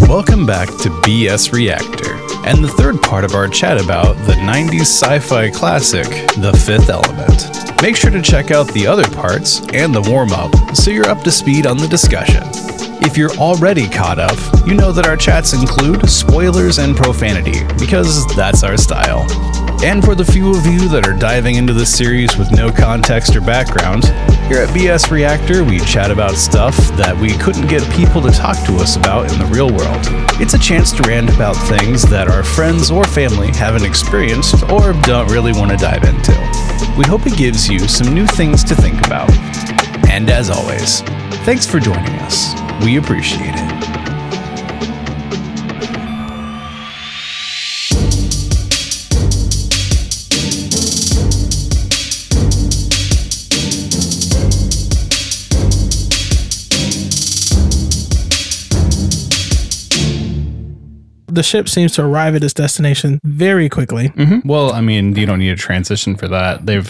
Welcome back to BS Reactor, and the third part of our chat about the 90s sci fi classic, The Fifth Element. Make sure to check out the other parts and the warm up so you're up to speed on the discussion. If you're already caught up, you know that our chats include spoilers and profanity, because that's our style. And for the few of you that are diving into this series with no context or background, here at BS Reactor, we chat about stuff that we couldn't get people to talk to us about in the real world. It's a chance to rant about things that our friends or family haven't experienced or don't really want to dive into. We hope it gives you some new things to think about. And as always, thanks for joining us. We appreciate it. the ship seems to arrive at its destination very quickly. Mm-hmm. Hmm? Well, I mean, you don't need a transition for that. They've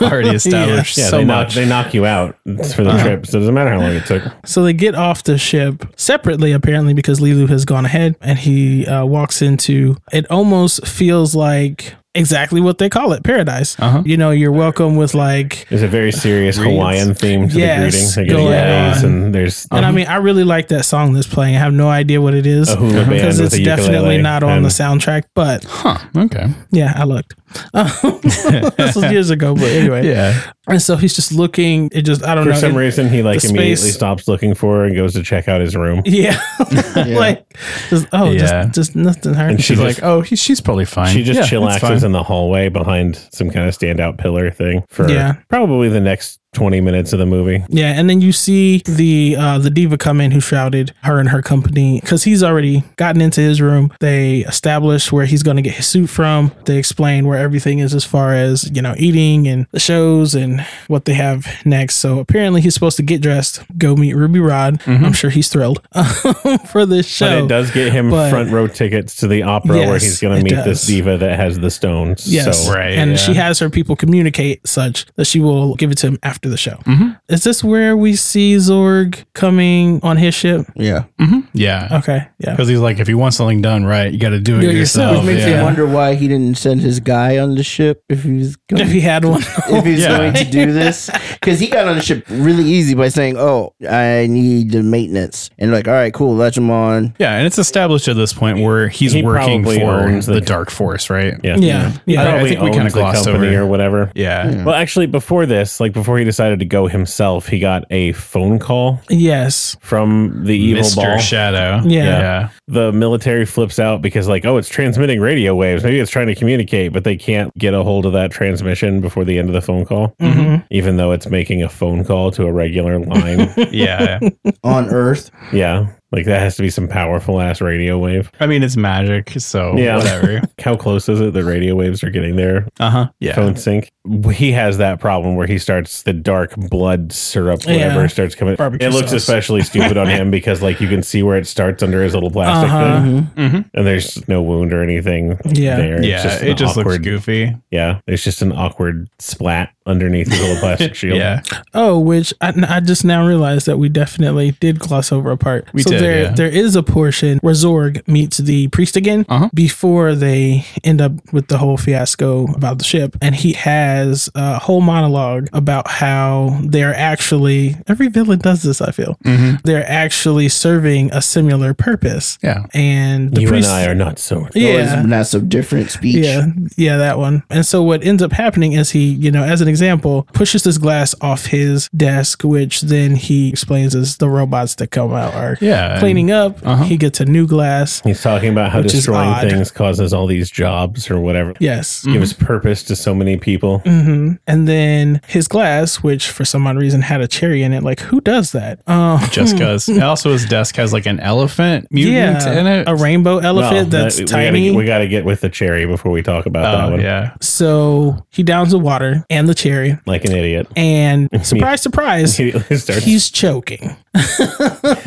already established Yeah, Yeah, so they, much. Knock, they knock you out for Uh-huh. the trip, so it doesn't matter how long it took. So they get off the ship separately, apparently, because Lilu has gone ahead and he uh, walks into it. Almost feels like exactly what they call it paradise. Uh-huh. You know, you're welcome with like. There's a very serious Hawaiian theme to Yes, the greeting. They go get on. yays, and there's And I mean, I really like that song that's playing. I have no idea what it is Uh-huh. a hula band because with it's a ukulele definitely not on and- the soundtrack. But huh. Okay. yeah, I looked. this was years ago, but anyway. Yeah. And so he's just looking. It just I don't For know. some it- reason, he like the immediately space- stops looking for her and goes to check out his room. yeah, like just, oh, Yeah. just just nothing hurt. And she She's just, like, oh, he, she's probably fine. she just Yeah, that's fine. chillaxes in the hallway behind some kind of standout pillar thing for Yeah. probably the next 20 minutes of the movie. Yeah, and then you see the uh, the diva come in who shrouded her and her company because he's already gotten into his room. They establish where he's going to get his suit from. They explain where everything is as far as you know eating and the shows and what they have next. So apparently he's supposed to get dressed, go meet Ruby Rod. Mm-hmm. I'm sure he's thrilled for this But show. it does get him but- front row tickets to the opera where Yes, he's going it to meet this does. diva that has the stones. Yes, So Right, and yeah. she has her people communicate such that she will give it to him after the show. Mm-hmm. Is this where we see Zorg coming on his ship? Yeah. Mm-hmm. Yeah. Okay, yeah. Because he's like, if you want something done right, you got to do it Do it yourself. yourself. Which makes yeah. me wonder why he didn't send his guy on the ship if he was going, If he had one, if he was Yeah. going to do this. Because he got on the ship really easy by saying, Oh, I need the maintenance. And like, all right, cool, let him on. Yeah, and it's established at this point where he's He working probably for owns the, the- Dark Force, right? Yeah. Yeah. Yeah. I Probably think we owns kinda the glossed company over- or whatever. Yeah. Well, actually, before this, like before he decided to go himself, he got a phone call yes. from the evil Mr. ball. Shadow. Yeah. yeah. the military flips out because, like, oh, it's transmitting radio waves. Maybe it's trying to communicate, but they can't get a hold of that transmission before the end of the phone call, Mhm. even though it's making a phone call to a regular line. Yeah. On Earth. yeah. Like, that has to be some powerful ass radio wave. I mean, it's magic, so Yeah. whatever. How close is it the radio waves are getting there? Uh huh. Yeah. phone sync. He has that problem where he starts the dark blood syrup, whatever Yeah. starts coming. Barbecue it looks sauce. especially stupid on him because like you can see where it starts under his little plastic Uh-huh. thing, hmm and there's no wound or anything. Yeah. there. It's Yeah. an it just looks awkward- goofy. Yeah, there's just an awkward splat underneath his little plastic shield. Yeah. Oh, which I, I just now realized that we definitely did gloss over a part. We so did, there yeah. there is a portion where Zorg meets the priest again Uh-huh. before they end up with the whole fiasco about the ship, and he has a whole monologue about how they're actually every villain does this. I feel Mm-hmm. they're actually serving a similar purpose, Yeah. and the you priest. and I are not so. yeah, Well, it's not so different speech. Yeah, yeah, that one. And so what ends up happening is he, you know, as an example, pushes this glass off his desk, which then he explains is the robots that come out are Yeah, and- cleaning up. Uh-huh. He gets a new glass. He's talking about how Which is destroying odd. Mm-hmm. things causes all these jobs or whatever. Yes. Gives purpose to so many people. And then his glass, which for some odd reason had a cherry in it, like who does that? Um, Just because. also, his desk has like an elephant mutant in it. a rainbow Well, elephant that's that- we gotta- tiny. we got to get with the cherry before we talk about that Oh, one. yeah. so he downs the water and the cherry, Like an idiot. and surprise, surprise, Immediately starts he's choking.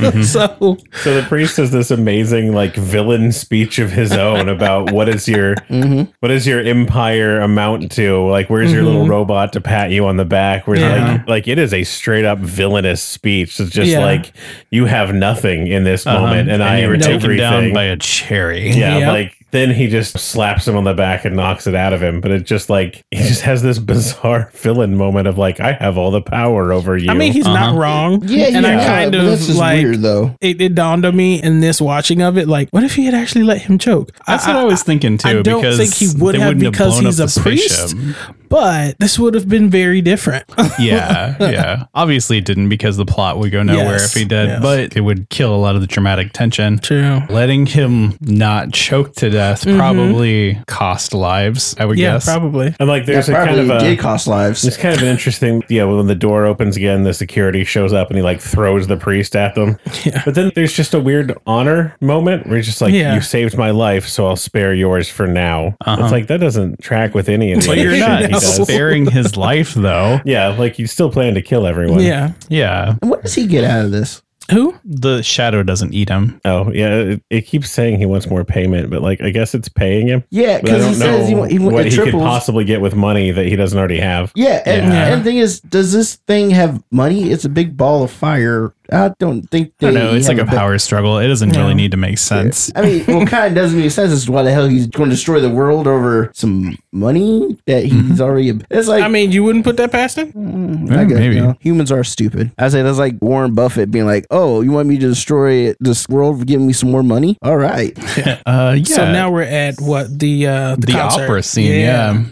Mm-hmm. so So the priest has this amazing like villain speech of his own about what is your what does your empire amount to? Like where's your little robot to pat you on the back? Where's Yeah. like like it is a straight up villainous speech. It's just Yeah. like you have nothing in this Um, moment and, I you am were taken everything. down by a cherry. yeah, Yep. like then he just slaps him on the back and knocks it out of him. But it just like he just has this bizarre villain moment of like I have all the power over you. I mean, he's Uh-huh. not wrong. Yeah, and yeah, I kind but of that's just like weird though. it, it dawned on me in this watching of it, like, what if he had actually let him choke? That's what I was thinking too. I don't because think he would they have wouldn't because blown he's up a the priest. spaceship. But this would have been very different. yeah, yeah. Obviously, it didn't because the plot would go nowhere Yes, if he did, yes. but it would kill a lot of the dramatic tension. True. Letting him not choke to death probably cost lives, I would Mm-hmm. Yeah, guess. probably. and like That there's a probably kind of a did cost lives. It's kind of an interesting. Yeah, when the door opens again, the security shows up and he like throws the priest at them. Yeah. But then there's just a weird honor moment where he's just like, Yeah. "You saved my life, so I'll spare yours for now." Uh-huh. It's like that doesn't track with any of the But other you're shit not he does. sparing his life, though. Yeah, like you still plan to kill everyone. Yeah. Yeah. What does he get out of this? Who? The shadow doesn't eat him. Oh yeah, it, it keeps saying he wants more payment, but like I guess it's paying him. But I Yeah, because don't he says he, know wa- he went what to he could triples. possibly get with money that he doesn't already have. yeah, and, Yeah. and the thing is, does this thing have money? It's a big ball of fire. I don't think I they don't know. It's have like a bit- power struggle. It doesn't Yeah. really need to make sense. I mean, well, kind of doesn't make sense as to why the hell he's going to destroy the world over some money that he's already. It's like I mean, you wouldn't put that past him? Mm, I Mm, guess, maybe. you know, humans are stupid. I say that's like Warren Buffett being like, "Oh, you want me to destroy this world for giving me some more money? All right." Uh, yeah. So now we're at what the uh the concert. opera scene. Yeah.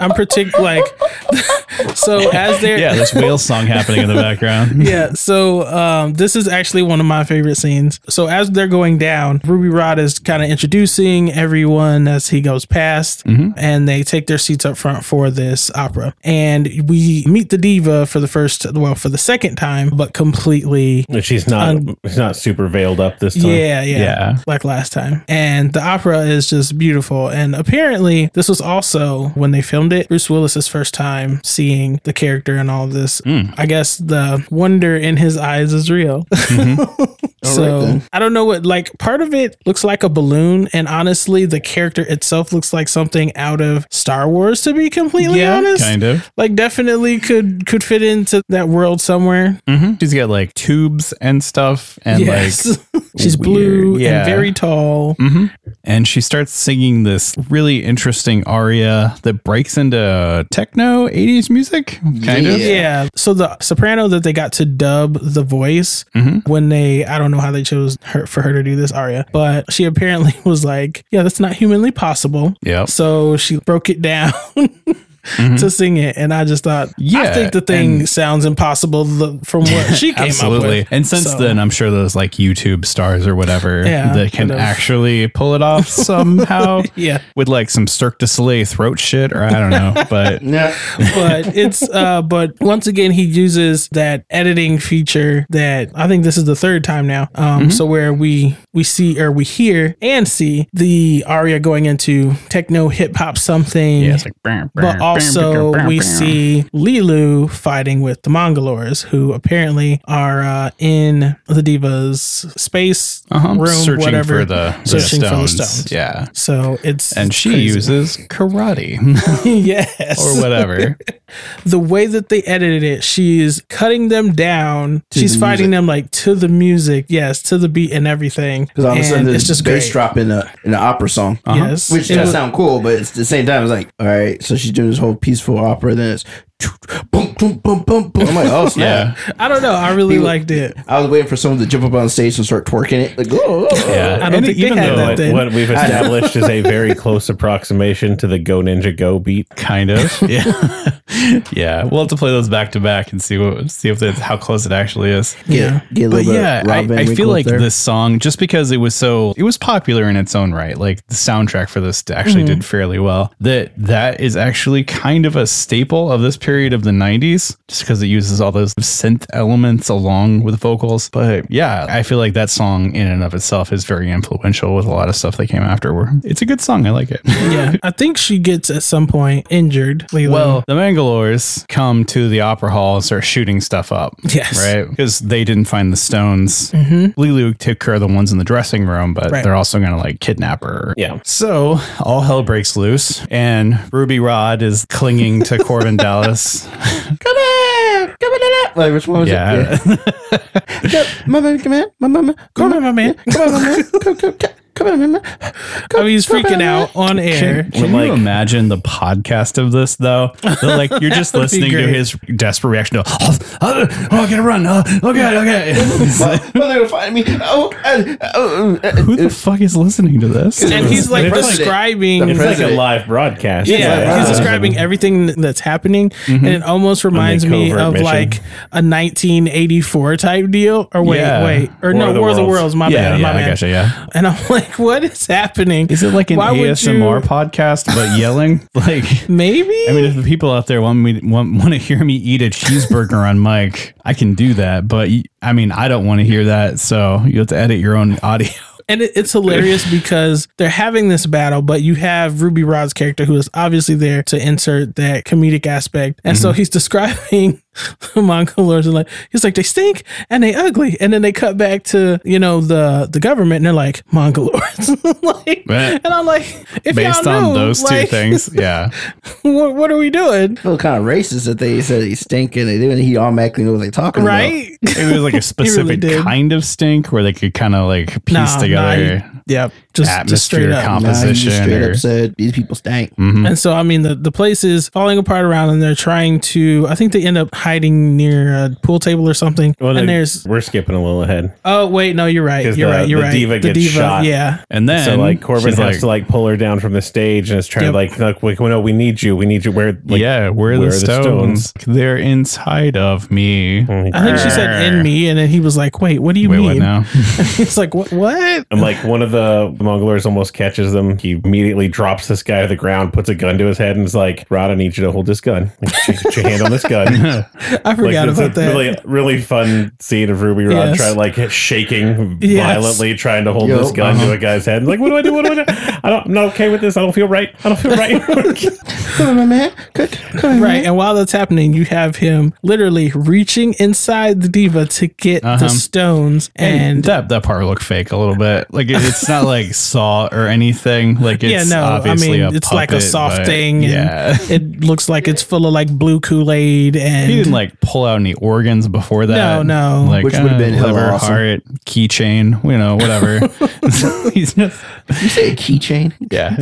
I'm particular like so as Yeah. they're This whale song happening in the background. yeah so um, this is actually one of my favorite scenes so as they're going down ruby rod is kind of introducing everyone as he goes past and they take their seats up front for this opera and we meet the diva for the first well for the second time but completely And she's not. Um, she's not super veiled up this time. yeah, yeah, Yeah. Like last time. And the opera is just beautiful. And apparently, this was also when they filmed it, Bruce Willis's first time seeing the character and all of this. Hmm. I guess the wonder in his eyes is real. Mm-hmm. so I don't know what, like, part of it looks like a balloon. And honestly, the character itself looks like something out of Star Wars, to be completely honest. Kind of. Like definitely could could fit into that world somewhere. She's got like tubes and stuff, and like Mm-hmm. yes, she's blue weird. Yeah. and very tall. and she starts singing this really interesting aria that breaks into techno 80s music kind of Yeah. Yeah. So the soprano that they got to dub the voice Mm-hmm. when they, I don't know how they chose her for her to do this aria, but she apparently was like, yeah, that's not humanly possible. Yep. So she broke it down. To sing it, and I just thought, I Mm-hmm. Yeah, think the thing and- sounds impossible the- from what she came absolutely up with. and since So, then i'm sure those like youtube stars or whatever Yeah, that can kind of. actually pull it off somehow Yeah. with like some cirque du soleil throat shit or i don't know but Yeah, but it's uh, but once again, he uses that editing feature that I think this is the third time now. Um, Mm-hmm. so where we we see or we hear and see the aria going into techno, hip hop, something. yeah it's like "Bam, bam, But bam, also, bam, we bam." see Lilu fighting with the Mongolores, who apparently are uh, in the diva's space Uh-huh. room, searching whatever, for the, the searching stones. for the stones. yeah So it's and she crazy. uses karate yes or whatever the way that they edited it, she's cutting them down. she's the fighting them like to the music, yes, to the beat and everything. because all of a And sudden it's there's just just bass great. drop in a in an opera song, Yes, which It does was- sound cool, but it's at the same time it's like, all right, so she's doing this whole peaceful opera, then it's boom, boom, boom, boom, boom. I'm like, oh yeah snap! I don't know. I really He- liked it. I was waiting for someone to jump up on stage and start twerking it, like, oh, oh, oh. yeah I don't think they even had though that it- What, then. what we've established is a very close approximation to the Go Ninja Go beat. kind of yeah yeah we'll have to play those back to back and see what see if that's how close it actually is Yeah. Get, get a but little bit yeah Rob i, Van I feel Winkle up like there. this song just because it was so it was popular in its own right like the Mm-hmm. soundtrack for this actually did fairly well that that is actually kind of a staple of this period of the 90s just because it uses all those synth elements along with vocals. But yeah, I feel like that song in and of itself is very influential with a lot of stuff that came afterward. It's a good song. I like it. Yeah, I think she gets at some point injured. Leland. Well, the Mangalores come to the opera hall and start shooting stuff up. Yes. Right? Because they didn't find the stones. Mm-hmm. Lulu Tipker are the ones in the dressing room, but Right. they're also going to like kidnap her. Yeah. So all hell breaks loose, and Ruby Rod is clinging to Corbin Dallas. Come on, come on, Wait, which one was Yeah. it? Yeah. Come- my man, come on, my mama, come on, my man. come on, my man, come, come, come, come on, my man. I mean, he's Come freaking on, out on air. Can, can Like- you imagine the podcast of this though? They're like you're just That would be listening to great. his desperate reaction to, oh, oh, oh, I gotta run. Oh, okay, okay. Oh, they're gonna find me. Oh, uh, oh, uh, Who the fuck is listening to this? And he's like The president. describing. The It's like a President. live broadcast. uh, Yeah, Yeah. he's describing everything that's happening, Mm-hmm. and it almost reminds me covert of mission. like a 1984 type deal. Or wait, Yeah. wait, or no, of the War of the Worlds. Worlds. My Yeah, bad, yeah, my I bad. gotcha, yeah. And I'm like, what is happening? Is it like an Why would ASMR you- podcast but yelling? Like, Maybe. I mean, if the people out there want me want, want to hear me eat a cheeseburger on mic, I can do that. But y- I mean, I don't want to hear that, so you have to edit your own audio. and it, it's hilarious because they're having this battle, but you have Ruby Rod's character who is obviously there to insert that comedic aspect, and Mm-hmm. so he's describing the Mongolors and like he's like they stink and they ugly, and then they cut back to you know the the government and they're like Mongolors, like, Right. and I'm like if Based y'all on knew, those like, two things, yeah, what, what are we doing, feel kind of racist that they said he's stinking and then he automatically knows what they're talking right? it was like a specific did. kind of stink where they could kind of like piece together. you- yeah, just, just straight atmosphere up. comp- about. Nah, he just Position straight or- Hmm. up said these people stink. And so, I mean, the, the place is falling apart around, and they're trying to. I think they end up hiding near a pool table or something. Well, and they- there's. we're skipping a little ahead. Oh wait, no, you're right. 'Cause You're the- right. You're the right. diva gets shot. Yeah. And then So like Corbin she's has like, to like pull her down from the stage and is trying Yep. to like look like well, no we need you we need you where like yeah, where are the stones? Oh, They're inside of me. I think she said in me, and then he was like, "Wait, what do you Wait, mean?" what now? It's like what? What? And like one of the Mongolers almost catches them. He immediately drops this guy to the ground, puts a gun to his head, and is like, "Rod, I need you to hold this gun. Like, Put your hand on this gun." I Like, forgot it's about a that. really, really fun scene of Ruby Rod Yes. trying like shaking Yes. violently, trying to hold Yo. this gun Uh-huh. to a guy's head. Like, what do I do? What do I do? I don't. I'm not okay with this. I don't feel right. I don't feel right. Come on, my man. Come, come on, Right, and while that's happening, you have him literally reaching inside the diva to get the stones, and, that that part looked fake a little bit. Like it, it's not like saw or anything. Like it's yeah, no, I obviously mean a it's like a puppet, soft but thing. and Yeah. it looks like it's full of like blue Kool Aid and He didn't like pull out any organs before that. No, no. Like, Which would've been hella liver, awesome. heart, keychain, you know, whatever. He's just, You say a keychain? yeah.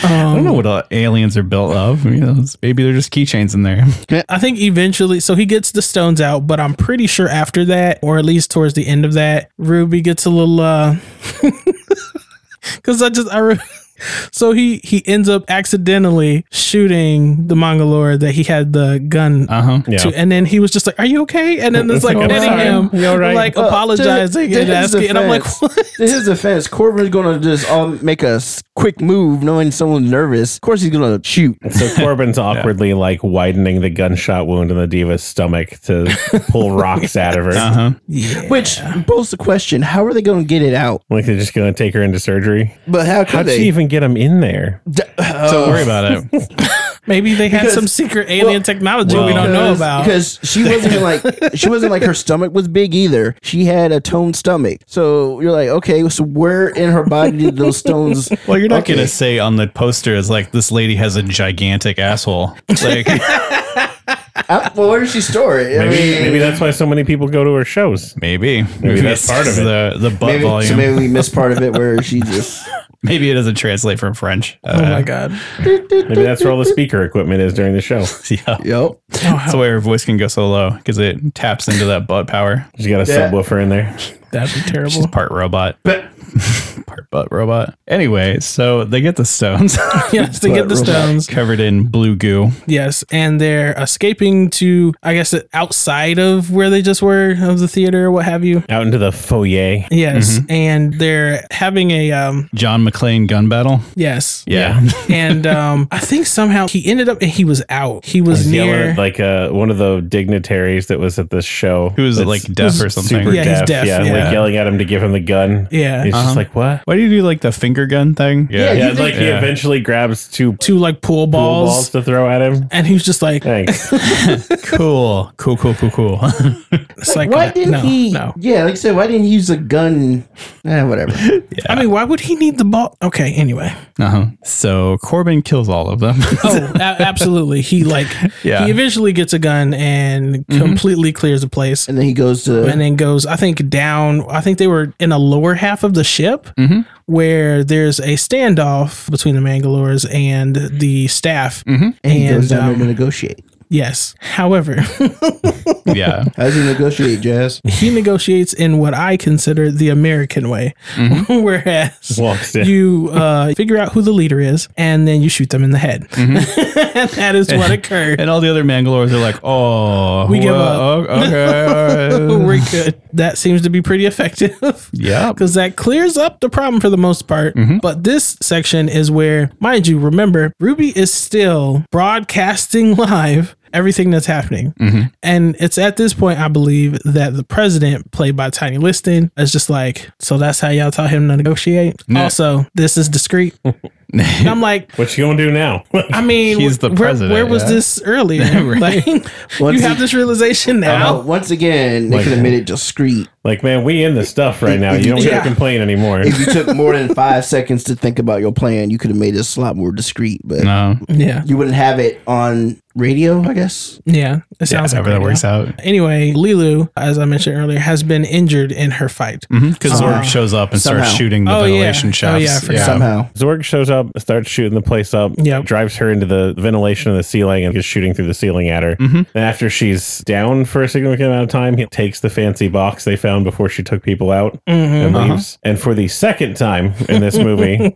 I don't know Um, what uh, aliens are built of. You know, it's- maybe they're just keychains in there. I think eventually, so he gets the stones out, but I'm pretty sure after that, or at least towards the end of that, Ruby gets a little, uh, because I just, I, re- so he, he ends up accidentally shooting the Mongolore that he had the gun Uh huh. Yeah. to, and then he was just like, Are you okay? And then it's like I'm hitting sorry. him, You all right? like Well, apologizing Uh, to- to and his asking, and I'm like, defense- What? To his defense, Corbin's gonna just um, make a s- quick move, knowing someone's nervous. Of course, he's gonna shoot. So Corbin's awkwardly like widening the gunshot wound in the diva's stomach to pull rocks out of her. Uh-huh. Uh huh. Which poses the question: How are they gonna get it out? Like they're just going to take her into surgery. But how could How'd they? she even get him in there? Don't worry about it. Maybe they had Because- some secret alien well, technology we don't know Because- about. because she wasn't like she wasn't like her stomach was big either. She had a toned stomach, so you're like, okay, so where in her body did those stones? Well, you're not Okay. gonna say on the poster is like this lady has a gigantic asshole. Like I- well, where did she store it? I Maybe, mean, maybe that's why so many people go to her shows. maybe, maybe, that's part of it. The, the butt maybe- volume. so maybe. maybe we missed part of it where she just it doesn't translate from French. oh Uh, my god! Maybe that's where all the speaker equipment is during the show. yeah. yep. That's why her voice can go so low because it taps into that butt power. She's got a Yeah. subwoofer in there. That'd be terrible. She's part robot. But smart butt robot. Anyway, so they get the stones yes, to get the stones. covered in blue goo. Yes, and they're escaping to, I guess, outside of where they just were of the theater or what have you. Out into the foyer. Yes, Mm-hmm. and they're having a um. John McClane gun battle. Yes, Yeah. and um, I think somehow he ended up and he was out. He was Yelling near. at like uh, one of the dignitaries that was at this show. Who is it, like That's deaf or something? Super Yeah, he's deaf, deaf, yeah, yeah. Like yelling at him to give him the gun. Yeah. He's just like, what? Why do you do like the finger gun thing? Yeah, Yeah, you like think- he eventually grabs two pool two like pool balls, balls to throw at him. and he was just like, Thanks. Cool. Cool, cool, cool, Uh-huh. cool. psycho- why didn't uh, no, he? No, Yeah, like I said, why didn't he use a gun? Eh, whatever. I mean, why would he need the ball? Okay, anyway. uh-huh. So Corbin kills all of them. Oh, a- absolutely. He like Yeah. he eventually gets a gun and Mm-hmm. completely clears the place. And then he goes to. and then goes i think down i think they were in a lower half of the ship where there's a standoff between the mangalores and the staff and he goes and, down there um, to negotiate. yes however yeah. How does he negotiate, Jazz? he negotiates in what i consider the american way whereas Walks in. you uh, figure out who the leader is and then you shoot them in the head And that is what occurred And all the other Mangalores are like, oh, We give well, o- Okay. all right. we're good that seems to be pretty effective yeah. because that clears up the problem for the most part. Mm-hmm. But this section is where, mind you, remember, Ruby is still broadcasting live everything that's happening. Mm-hmm. And it's at this point, I believe, that the president, played by Tiny Liston, is just like, So that's how y'all taught him to negotiate. Also, this is discreet. And I'm like, What you gonna do now? I mean, He's the where- president, Where, was yeah. this earlier? Like, you Once have he- this realization now. Oh, once again, they Like- can admit it discreet. like, man, we in the stuff right now. You don't Yeah. get to complain anymore. If you took more than five seconds to think about your plan, you could have made this a lot more discreet. But No. Yeah. you wouldn't have it on radio, I guess. Yeah. It sounds yeah, like however that radio. works out. Anyway, Lilu, as I mentioned earlier, has been injured in her fight. Because Mm-hmm. Uh-huh. Zorg shows up and starts Somehow. shooting the Oh, yeah. ventilation Oh, shafts. yeah, I forgot. Somehow, Zorg shows up, starts shooting the place up, Yep. drives her into the ventilation of the ceiling and is shooting through the ceiling at her. Mm-hmm. And after she's down for a significant amount of time, he takes the fancy box they found before she took people out Mm-hmm. and Uh-huh. leaves. And for the second time in this movie,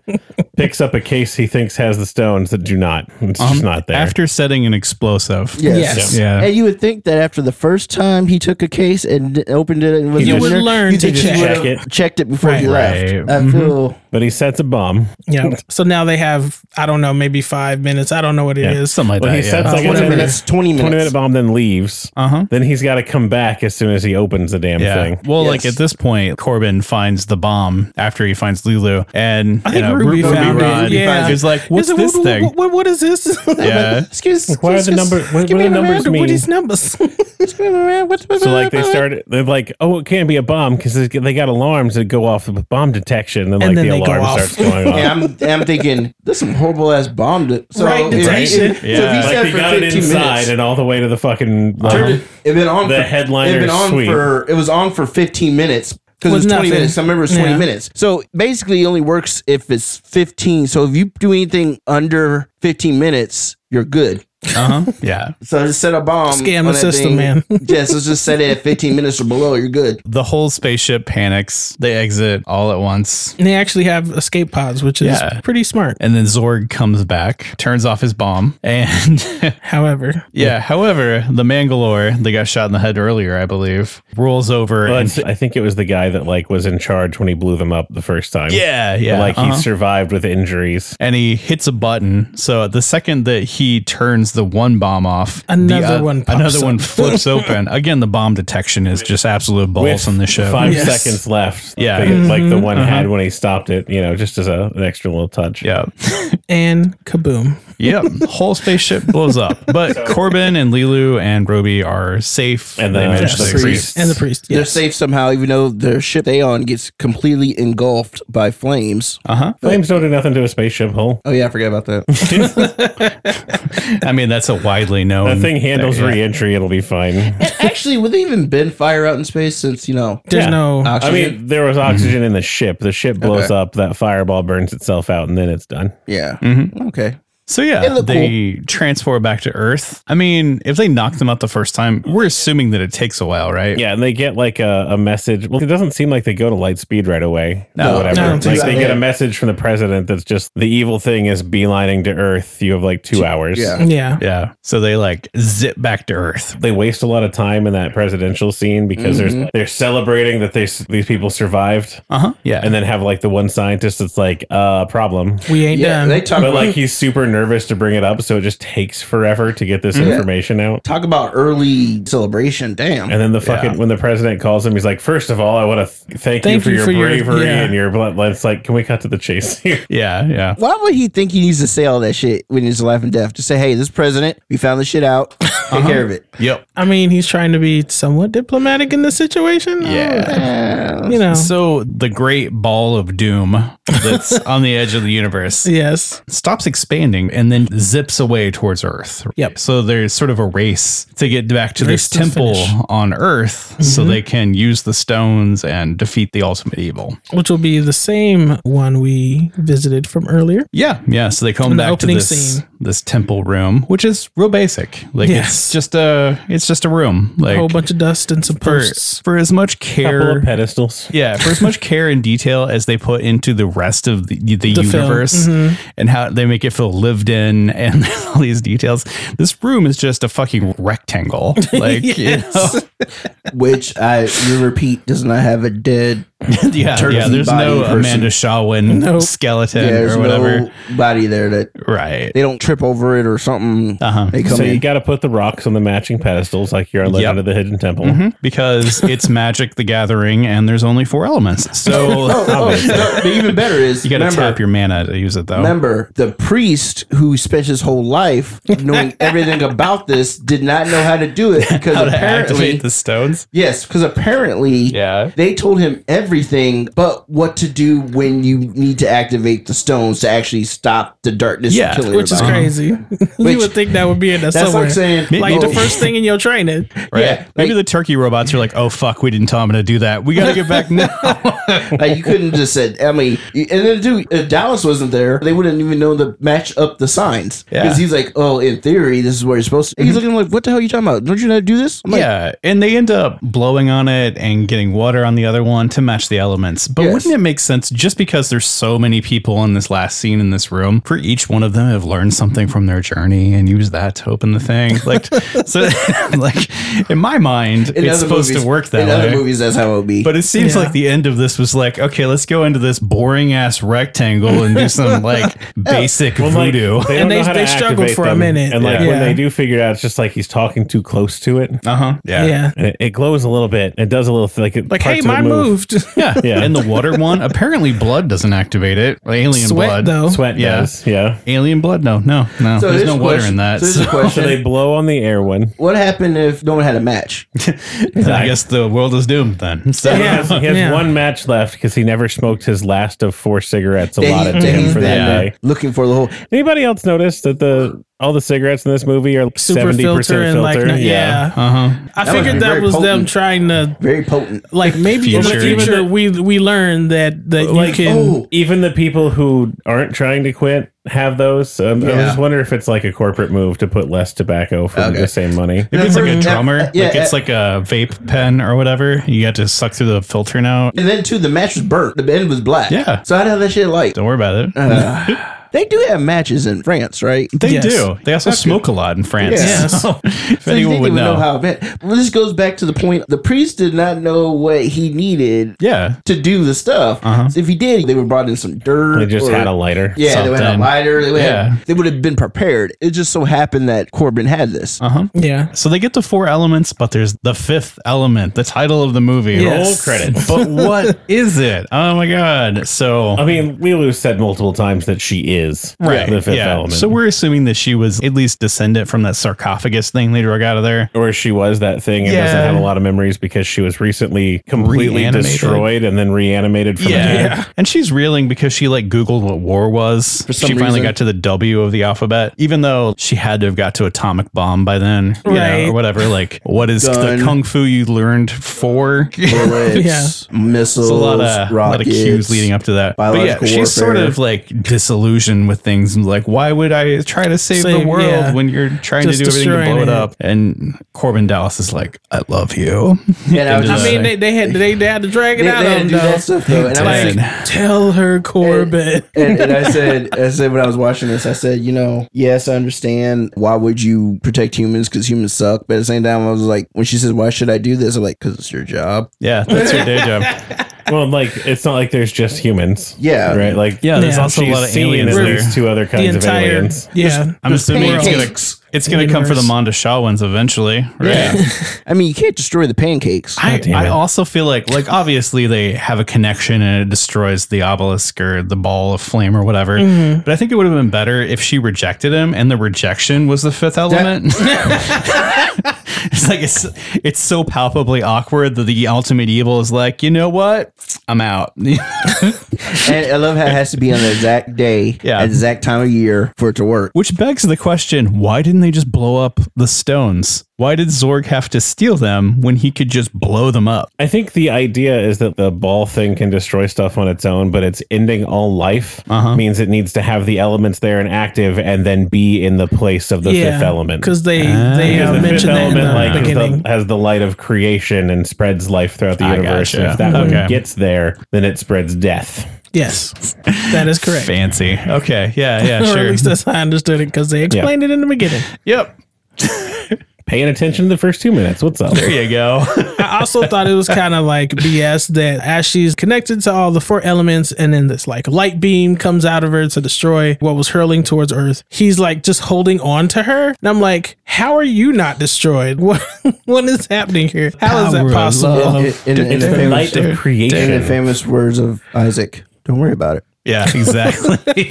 picks up a case he thinks has the stones that do not. It's just not there. Um, After setting an explosive. yes. Yes. Yeah. And you would think that after the first time he took a case and d- opened it and was You in would there, learn to think he check. would've Check it. checked it before he left. Right. I feel but he sets a bomb. Yeah. So now they have, I don't know, maybe five minutes. I don't know what it is. Yeah. Something like Well, that. he sets yeah. like a whatever. 10 That's twenty minutes. 20 minute bomb, then leaves. Uh-huh. Then he's got to come back as soon as he opens the damn Yeah. thing. Well, like Yes. at this point, Corbin finds the bomb after he finds Lulu, and I think Ruby, found Rod it. Yeah. is like, "What's He's like, this what, thing?" What, what- what is this? Yeah. excuse me. Why are the number- what- what do the numbers What are mean? these numbers? So like they started, they're like, oh, it can't be a bomb because they got alarms that go off with bomb detection, and like And then the they go alarm off. starts going off. Yeah, I'm, I'm thinking this is some horrible ass bomb. To, so Right, if he- detention. if- So Yeah. if he Like sat they for got it 15 inside minutes, and all the way to the fucking. turned it, alarm. it been on. The for, headliner It been is on sweet. for. It was on for 15 minutes because it Was was 20 nothing. minutes. I remember it was 20 Yeah. minutes. So basically, it only works if it's 15. So if you do anything under 15 minutes, you're good. Uh-huh. Yeah. So just set a bomb. Scam on the that system, man. yes, let's just set it at 15 minutes or below. You're good. The whole spaceship panics. They exit all at once. And they actually have escape pods, which is Yeah. pretty smart. And then Zorg comes back, turns off his bomb, and However, yeah. However, the Mangalore, they got shot in the head earlier, I believe, rolls over and But I think it was the guy that like was in charge when he blew them up the first time. yeah, yeah, like uh-huh. he survived with injuries. and he hits a button. So the second that he turns the one bomb off, the Another oth- one pops another up. one flips open. Again, the bomb detection is just absolute balls on the show. Five Yes. seconds left. Yeah. Like, like the one had when he stopped it. You know, just as a, an extra little touch. Yeah. and kaboom. Yep. Whole spaceship blows up. But Corbin and Lilu and Roby are safe. And they managed to the escape. priest. And the priest. They're Yes. safe somehow, even though their ship Aeon gets completely engulfed by flames. Uh-huh. Flames don't do nothing to a spaceship hull. Oh yeah, I forgot about that. I mean, that's a widely known That thing handles Mm, Yeah. re-entry. It'll be fine. Actually, would they even been fire out in space since you know? There's Yeah. no. Uh, I mean, there was oxygen in the ship. The ship blows Okay. up. That fireball burns itself out, and then it's done. Mm-hmm. Yeah. Okay. So yeah, It looked they transfer back to Earth. I mean, if they knocked them out the first time, we're assuming that it takes a while, right? Yeah, and they get like a, a message. Well, it doesn't seem like they go to light speed right away. No, No, whatever. no, like exactly. they get a message from the president that's just the evil thing is beelining to Earth. You have like two hours. yeah. Yeah. Yeah. So they like zip back to Earth. They waste a lot of time in that presidential scene because there's they're celebrating that they s- these people survived, Uh huh. Yeah. and then have like the one scientist that's like uh problem, We ain't Yeah, done. they talk but about, like he's super nervous to bring it up, so it just takes forever to get this information out. talk about early celebration. Damn. And then the fucking Yeah. when the president calls him, he's like, first of all, I want to th- thank, Thank you for you your for your- bravery yeah. and your blood. It's like, can we cut to the chase here? yeah. Yeah. Why would he think he needs to say all that shit when he's life and death? To say, hey, this president, we found this shit out. Take care of it. Yep. I mean, he's trying to be somewhat diplomatic in this situation. Oh, Yeah. Uh, you know. So the great ball of doom that's on the edge of the universe yes. stops expanding and then zips away towards Earth. Yep. So there's sort of a race to get back to this Race to temple finish. on Earth so Mm-hmm. they can use the stones and defeat the ultimate evil. Which will be the same one we visited from earlier. Yeah, yeah. So they come In the back to opening this scene. this temple room, which is real basic. Like Yes. it's just a it's just a room. A Like whole bunch of dust and some for, posts. for as much Couple of care pedestals. yeah, for as much care and detail as they put into the rest of the, the, The film. Mm-hmm. universe and how they make it feel lived in and all these details, this room is just a fucking rectangle. Like, you know, Which I you repeat does not have a dead yeah, Turkey yeah, there's body no person. Amanda Shawin Nope. skeleton there's or whatever. no body there that Right. they don't trip over it or something. Uh-huh. They come So you in. got to put the rocks on the matching pedestals, like you're on Legend Yep. of the Hidden Temple. Because it's Magic the Gathering and there's only four elements. So Oh, oh, no, but even better is you got to remember, tap your mana to use it, though. remember the priest who spent his whole life knowing everything about this did not know how to do it because How to apparently activate the stones. Yes, because apparently Yeah. they told him everything but what to do when you need to activate the stones to actually stop the darkness Yeah, from killing Which is Uh-huh. everybody. crazy. Which- you would think that would be in there That's somewhere. like saying oh, like well, the first thing in your training. Right? Yeah, Maybe like- the turkey robots are like, oh, fuck, we didn't tell him to do that. We got to get back now. like you couldn't just said I mean and then too if Dallas wasn't there, they wouldn't even know to match up the signs. Yeah. Mm-hmm. Because he's like, Oh, in theory, this is where you're supposed to he's looking like, What the hell are you talking about? Don't you know how to do this? I'm like, yeah, and they end up blowing on it and getting water on the other one to match the elements. But Yes. wouldn't it make sense just because there's so many people in this last scene in this room for each one of them have learned something from their journey and use that to open the thing? Like, so, like in my mind, In it's other supposed movies- to work in that other way. movies that's how it would be. But it seems Yeah. like the end of this was like, okay, let's go into this boring ass rectangle and do some like basic like, voodoo. they And don't they- know how to they struggled activate for a them. minute. and like Yeah. when Yeah. they do figure it out, it's just like he's talking too close to it. uh huh. Yeah. And it, it glows a little bit. It does a little thing. Like, it- Like, parts hey, of it mine move. moved. Yeah. Yeah. And the water one, apparently blood doesn't activate it. Like, Alien Sweat blood. though. Sweat Yeah. does. Yeah. Alien blood? No, no, no. So There's here's no a water question- in that. So there's a so- So question. they blow on the air one. what happened if no one had a match? I guess the world is doomed then. So He Yeah. has, he has Yeah. one match left because he never smoked his last of four cigarettes That he- allotted that to him he's for that been- day. Looking for the whole Anybody else notice that the all the cigarettes in this movie are Super seventy filter percent and like, filter? no- yeah. uh huh. I That would be figured that very was them potent. trying to very potent. like maybe in the Future. future we we learn that that you Like, can oh, Even the people who aren't trying to quit have those. Um, I Yeah. just wonder if it's like a corporate move to put less tobacco for Okay. the same money. Maybe it's like a drummer. Yeah, like it's uh, like a vape pen or whatever. You got to suck through the filter now. And then too, the match was burnt. The end was black. Yeah. So I don't have that shit light. Don't worry about it. Uh, They do have matches in France, right? they yes. do. They also smoke a lot in France. Yeah. So if So you anyone didn't would even know. how it went. Well, this goes back to the point: the priest did not know what he needed yeah. to do the stuff. Uh-huh. So if he did, they would have brought in some dirt. They just or- had a lighter. yeah, they would have had something. a lighter. They would, Yeah. have, they would have been prepared. It just so happened that Corbin had this. yeah So they get the four elements, but there's the fifth element, the title of the movie. Yes. Full credit. But what is it? Oh my god. So I mean, Lulu said multiple times that she is the fifth element. So we're assuming that she was at least descendant from that sarcophagus thing they drug out of there. or she was that thing and doesn't Yeah. have a lot of memories because she was recently completely Reanimated. destroyed and then reanimated from Yeah. dead. And she's reeling because she like Googled what war was. some she finally reason. got to the W of the alphabet, even though she had to have got to atomic bomb by then, you know, Right. or whatever. Like, what is Done. the kung fu you learned for? Bullets, missiles, There's a lot of, a lot of rockets. cues leading up to that. But yeah, biological she's sort warfare. of like disillusioned obsession with things. and Like, why would I try to save, the Save- world yeah. when you're trying Just to do everything to destroying blow it it. up? And Corbin Dallas is like, I love you. And I, And was just just, I mean, they, they had they, they had to drag it they, out on they had to him do that though. stuff though, and I was did. like, Like, tell her, Corbin. and, and I said, I said when I was watching this, I said, you know, yes, I understand. Why would you protect humans? Because humans suck. But at the same time, I was like, when she says, why should I do this? I'm like, because it's your job. Yeah, that's your day job. Well, like it's not like there's just humans, Yeah. right? Like Yeah, there's Yeah. also a lot of she's seen aliens at there. least two other the kinds of entire aliens. yeah. I'm assuming it's gonna Pancakes. it's gonna come for the Mondo Shaw ones eventually, right? Yeah. I mean, you can't destroy the pancakes. I, God damn I it. also feel like like obviously they have a connection and it destroys the obelisk or the ball of flame or whatever. Mm-hmm. But I think it would have been better if she rejected him and the rejection was the fifth element. it's like it's it's so palpably awkward that the ultimate evil is like, you know what? I'm out. and I love how it has to be on the exact day, Yeah. at the exact time of year for it to work. Which begs the question, why didn't they just blow up the stones? Why did Zorg have to steal them when he could just blow them up? I think the idea is that the ball thing can destroy stuff on its own, but it's ending all life Uh-huh. means it needs to have the elements there and active, and then be in the place of the fifth element. because they Ah. they Because uh, the fifth mentioned that in element the like is the- beginning. has the light of creation and spreads life throughout the I universe. And gotcha. if that Okay. one gets there, then it spreads death. yes, that is correct. Fancy. Okay. Yeah. Yeah. or at Sure. least that's how I understood it because they explained it in the beginning. Yep. Paying attention to the first two minutes. What's up? There you go. I also thought it was kind of like BS that as she's connected to all the four elements, and then this like light beam comes out of her to destroy what was hurling towards Earth. He's like just holding on to her, and I'm like, how are you not destroyed? What what is happening here? How is Power of that possible? In, in- in It's the the famous, light of in the creation. famous words of Isaac, don't worry about it. yeah. Exactly.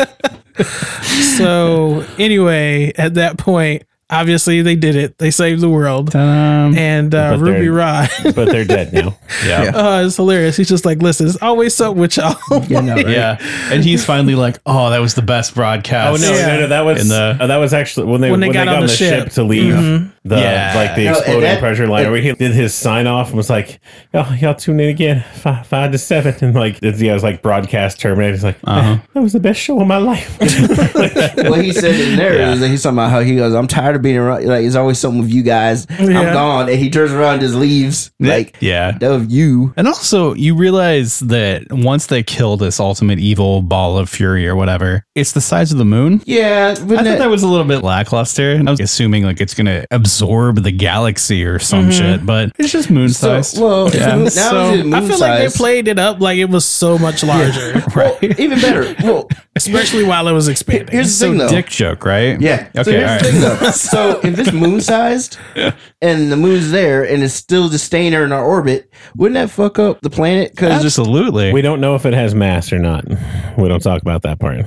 So anyway, at that point, obviously they did it. They saved the world, and uh, But Ruby they're- Rod. but they're dead now. yeah. Oh, it's hilarious. He's just like, listen, it's always something with y'all. You know, right? Yeah. And he's finally like, "Oh, that was the best Oh broadcast." no, Yeah. no, no! That was In the- uh, that was actually when they when they got, on, the ship, Mm-hmm. to leave the Yeah. like the No, and exploding that- pressure liner. where he did his sign off and was like, "Y'all, y'all tune in again five, five to seven. and like it, yeah, it was like broadcast terminated. He's like, Uh-huh. "That was the best show of my life." what he said in there Yeah. is that he's talking about how he goes, I'm tired of being around. Like, it's always something with you guys. Yeah. I'm gone. And he turns around and just leaves. Like, Yeah. of you. And also, you realize that once they kill this ultimate evil ball of fury or whatever, it's the size of the moon. Yeah. But I thought that was a little bit lackluster, and I was assuming like it's gonna absorb the galaxy or some shit, but it's just moon sized. so, well, Yeah. now So, it's moon I feel like they size. played it up like it was so much larger, Well, even better. Well, especially while it was expanding. here's the thing, though. Dick joke, right? Yeah. So Okay. here's all the right. thing, though. So if it's moon sized and the moon's there and it's still just staying there in our orbit, wouldn't that fuck up the planet? Because just Absolutely. we don't know if it has mass or not. We don't talk about that part.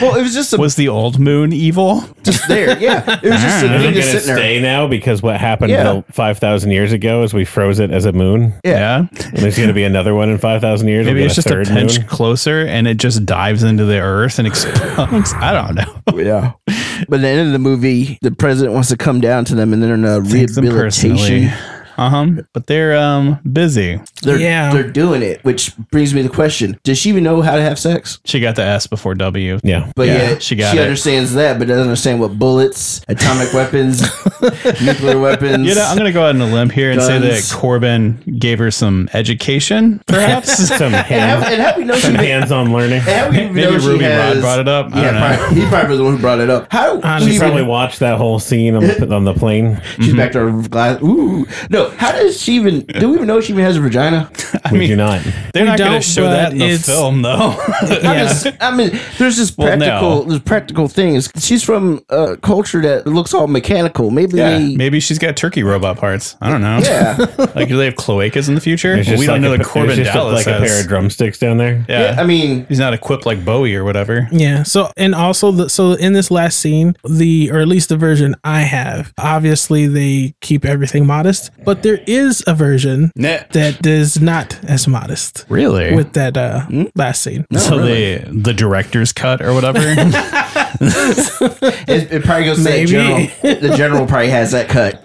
well, it was just a, Was the old moon evil? just there. Yeah, it was Is just a it thing going just to sitting there. stay now because what happened Yeah. the five thousand years ago is we froze it as a moon. Yeah. And there's going to be another one in five thousand years. We'll Maybe get it's just a third pinch moon. closer and it just dives into the earth and explodes. I don't know. Yeah, but at the end of the movie, the president wants to come down to them, and they're in a Takes them personally. rehabilitation. Uh-huh. But they're um busy. They're Yeah. they're doing it, which brings me to the question: Does she even know how to have sex? She got the S before W. Yeah. But Yeah, yeah, she she, got it. understands that, but doesn't understand what bullets, atomic weapons, nuclear weapons. You know, I'm gonna go out on a limb here and say Guns. that Corbin gave her some education, perhaps. Some and, how, hand, and how we know she some hands-on learning. And how we even Maybe know she Ruby has- Rod brought it up. I don't know. Yeah, probably, he probably was the one who brought it up. How Honestly, she She even- probably watched that whole scene on the, on the plane. she's back to her glass. Ooh, no. How does she even? Do we even know she even has a vagina? We do not. They're not gonna don't, show that in but the it's- film though. I just- I mean, there's this Well, no. practical. There's practical things. She's from a culture that looks all mechanical. Maybe yeah. they. Maybe she's got turkey robot parts. I don't know. Yeah. like do they have cloacas in the future? It's Well, just we don't like know a- that it's Corbin just Dallas like a pair has. of drumsticks down there. yeah. I mean, He's not equipped like Bowie or whatever. Yeah. So and also the, so in this last scene, the or at least the version I have, obviously they keep everything modest, but there is a version Nah. that is not as modest Really? Hmm? with that uh last scene. so the the director's cut or whatever. it, it probably goes to that Maybe. general. The general probably has that cut.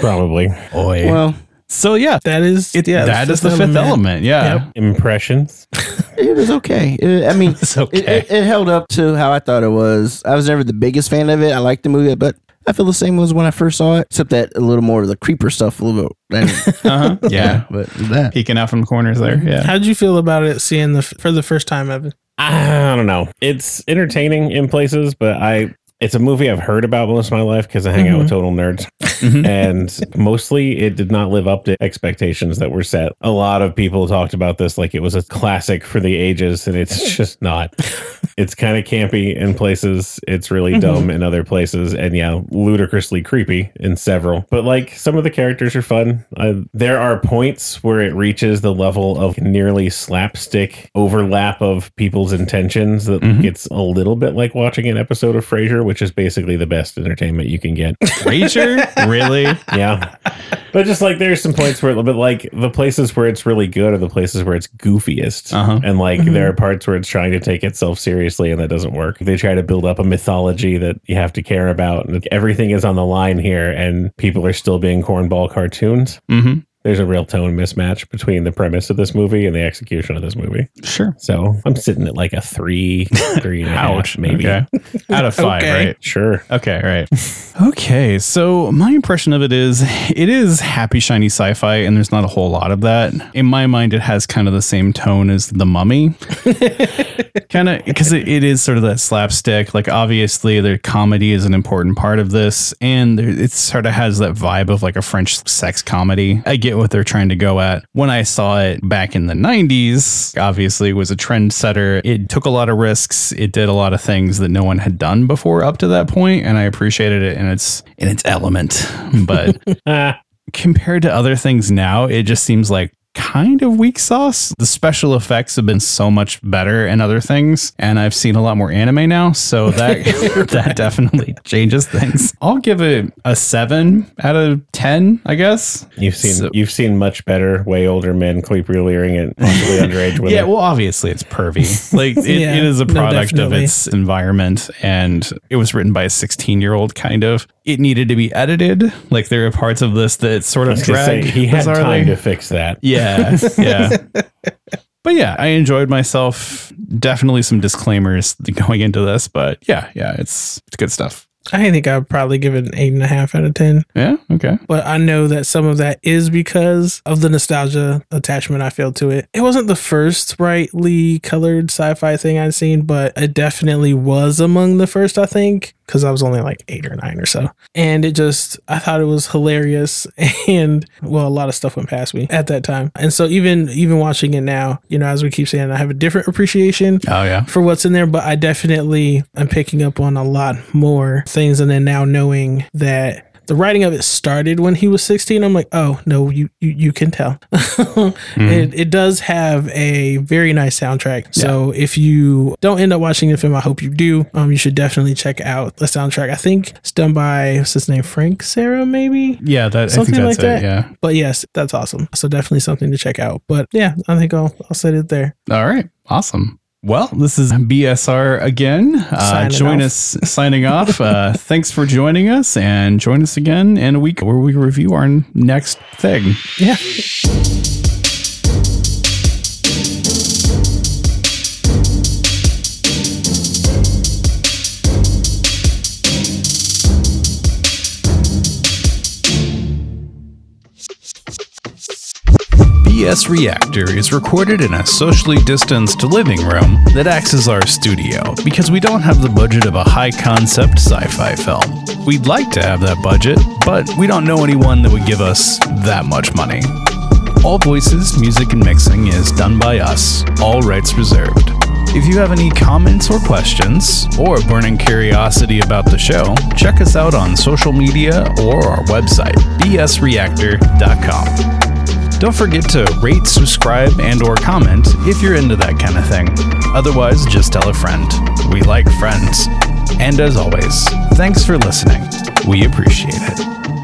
Probably. Boy, Well, So yeah, That is it, yeah. that is the fifth element. Yeah. Yep. Impressions. It was okay. It- I mean, It's okay. it, it, it held up to how I thought it was. I was never the biggest fan of it. I liked the movie, but I feel the same as when I first saw it, except that a little more of the creeper stuff, a little bit. I mean, uh-huh. Yeah. but that. Peeking out from the corners there. Yeah. How did you feel about it seeing the for the first time, Evan? I don't know. It's entertaining in places, but I it's a movie I've heard about most of my life because I hang out with Mm-hmm. total nerds, and mostly it did not live up to expectations that were set. A lot of people talked about this like it was a classic for the ages, and it's just not. it's kind of campy in places. It's really dumb in other places, and yeah, ludicrously creepy in several. But like some of the characters are fun. Uh, there are points where it reaches the level of nearly slapstick overlap of people's intentions that it's a little bit like watching an episode of Frasier, which is basically the best entertainment you can get. Frasier? really? yeah, but just like there's some points where, but like the places where it's really good are the places where it's goofiest, Uh-huh. and like there are parts where it's trying to take itself seriously and that doesn't work. They try to build up a mythology that you have to care about, and everything is on the line here, and people are still being cornball cartoons. hmm There's a real tone mismatch between the premise of this movie and the execution of this movie. Sure. So I'm sitting at like a three, three and a half, Ouch. maybe. Okay. Out of five, Okay. right? Sure. Okay, right. Okay, so my impression of it is it is happy, shiny sci fi, and there's not a whole lot of that. In my mind, it has kind of the same tone as The Mummy. kind of, because it, it is sort of that slapstick. Like, obviously, the comedy is an important part of this, and there, it sort of has that vibe of like a French sex comedy. I get what they're trying to go at. When I saw it back in the 90s, obviously, it was a trendsetter. It took a lot of risks, it did a lot of things that no one had done before up to that point, and I appreciated it in its, in its element. But Ah, compared to other things now, it just seems like kind of weak sauce. The special effects have been so much better and other things, and I've seen a lot more anime now, so that that definitely changes things. I'll give it a 7 out of 10, I guess. you've seen So- you've seen much better, way older men creep leering at possibly underage women. Yeah, well, obviously it's pervy. Like it, Yeah, it is a no, product of definitely. its environment, and it was written by a 16 year old. Kind of, it needed to be edited. Like there are parts of this that sort I of was gonna say, drag. he had bizarrely. time to fix that. Yeah, yeah. but yeah, I enjoyed myself. Definitely some disclaimers going into this, but yeah, yeah, it's it's good stuff. I think I'd probably give it an eight and a half out of ten. Yeah, okay. But I know that some of that is because of the nostalgia attachment I feel to it. It wasn't the first brightly colored sci-fi thing I'd seen, but it definitely was among the first, I think, because I was only like eight or nine or so. And it just I thought it was hilarious and well, a lot of stuff went past me at that time. And so even even watching it now, you know, as we keep saying, I have a different appreciation Oh yeah. for what's in there, but I definitely am picking up on a lot more things. And then now knowing that the writing of it started when he was 16, I'm like, oh, no, you, you, you can tell. it, it does have a very nice soundtrack. So if you don't end up watching the film, I hope you do. Um, you should definitely check out the soundtrack. I think it's done by, what's his name, Frank Sarah, maybe? Yeah, that Something I think like that's that. it. Yeah. But yes, that's awesome. So definitely something to check out. But yeah, I think I'll, I'll set it there. All right. Awesome. Well, this is BSR again. Uh, Signing join off. us signing off. Uh, thanks for joining us and join us again in a week where we review our next thing. Yeah. BS Reactor is recorded in a socially distanced living room that acts as our studio because we don't have the budget of a high concept sci fi film. We'd like to have that budget, but we don't know anyone that would give us that much money. All voices, music, and mixing is done by us, all rights reserved. If you have any comments or questions, or a burning curiosity about the show, check us out on social media or our website, bsreactor.com. Don't forget to rate, subscribe, and or comment if you're into that kind of thing. Otherwise, just tell a friend. We like friends. And as always, thanks for listening. We appreciate it.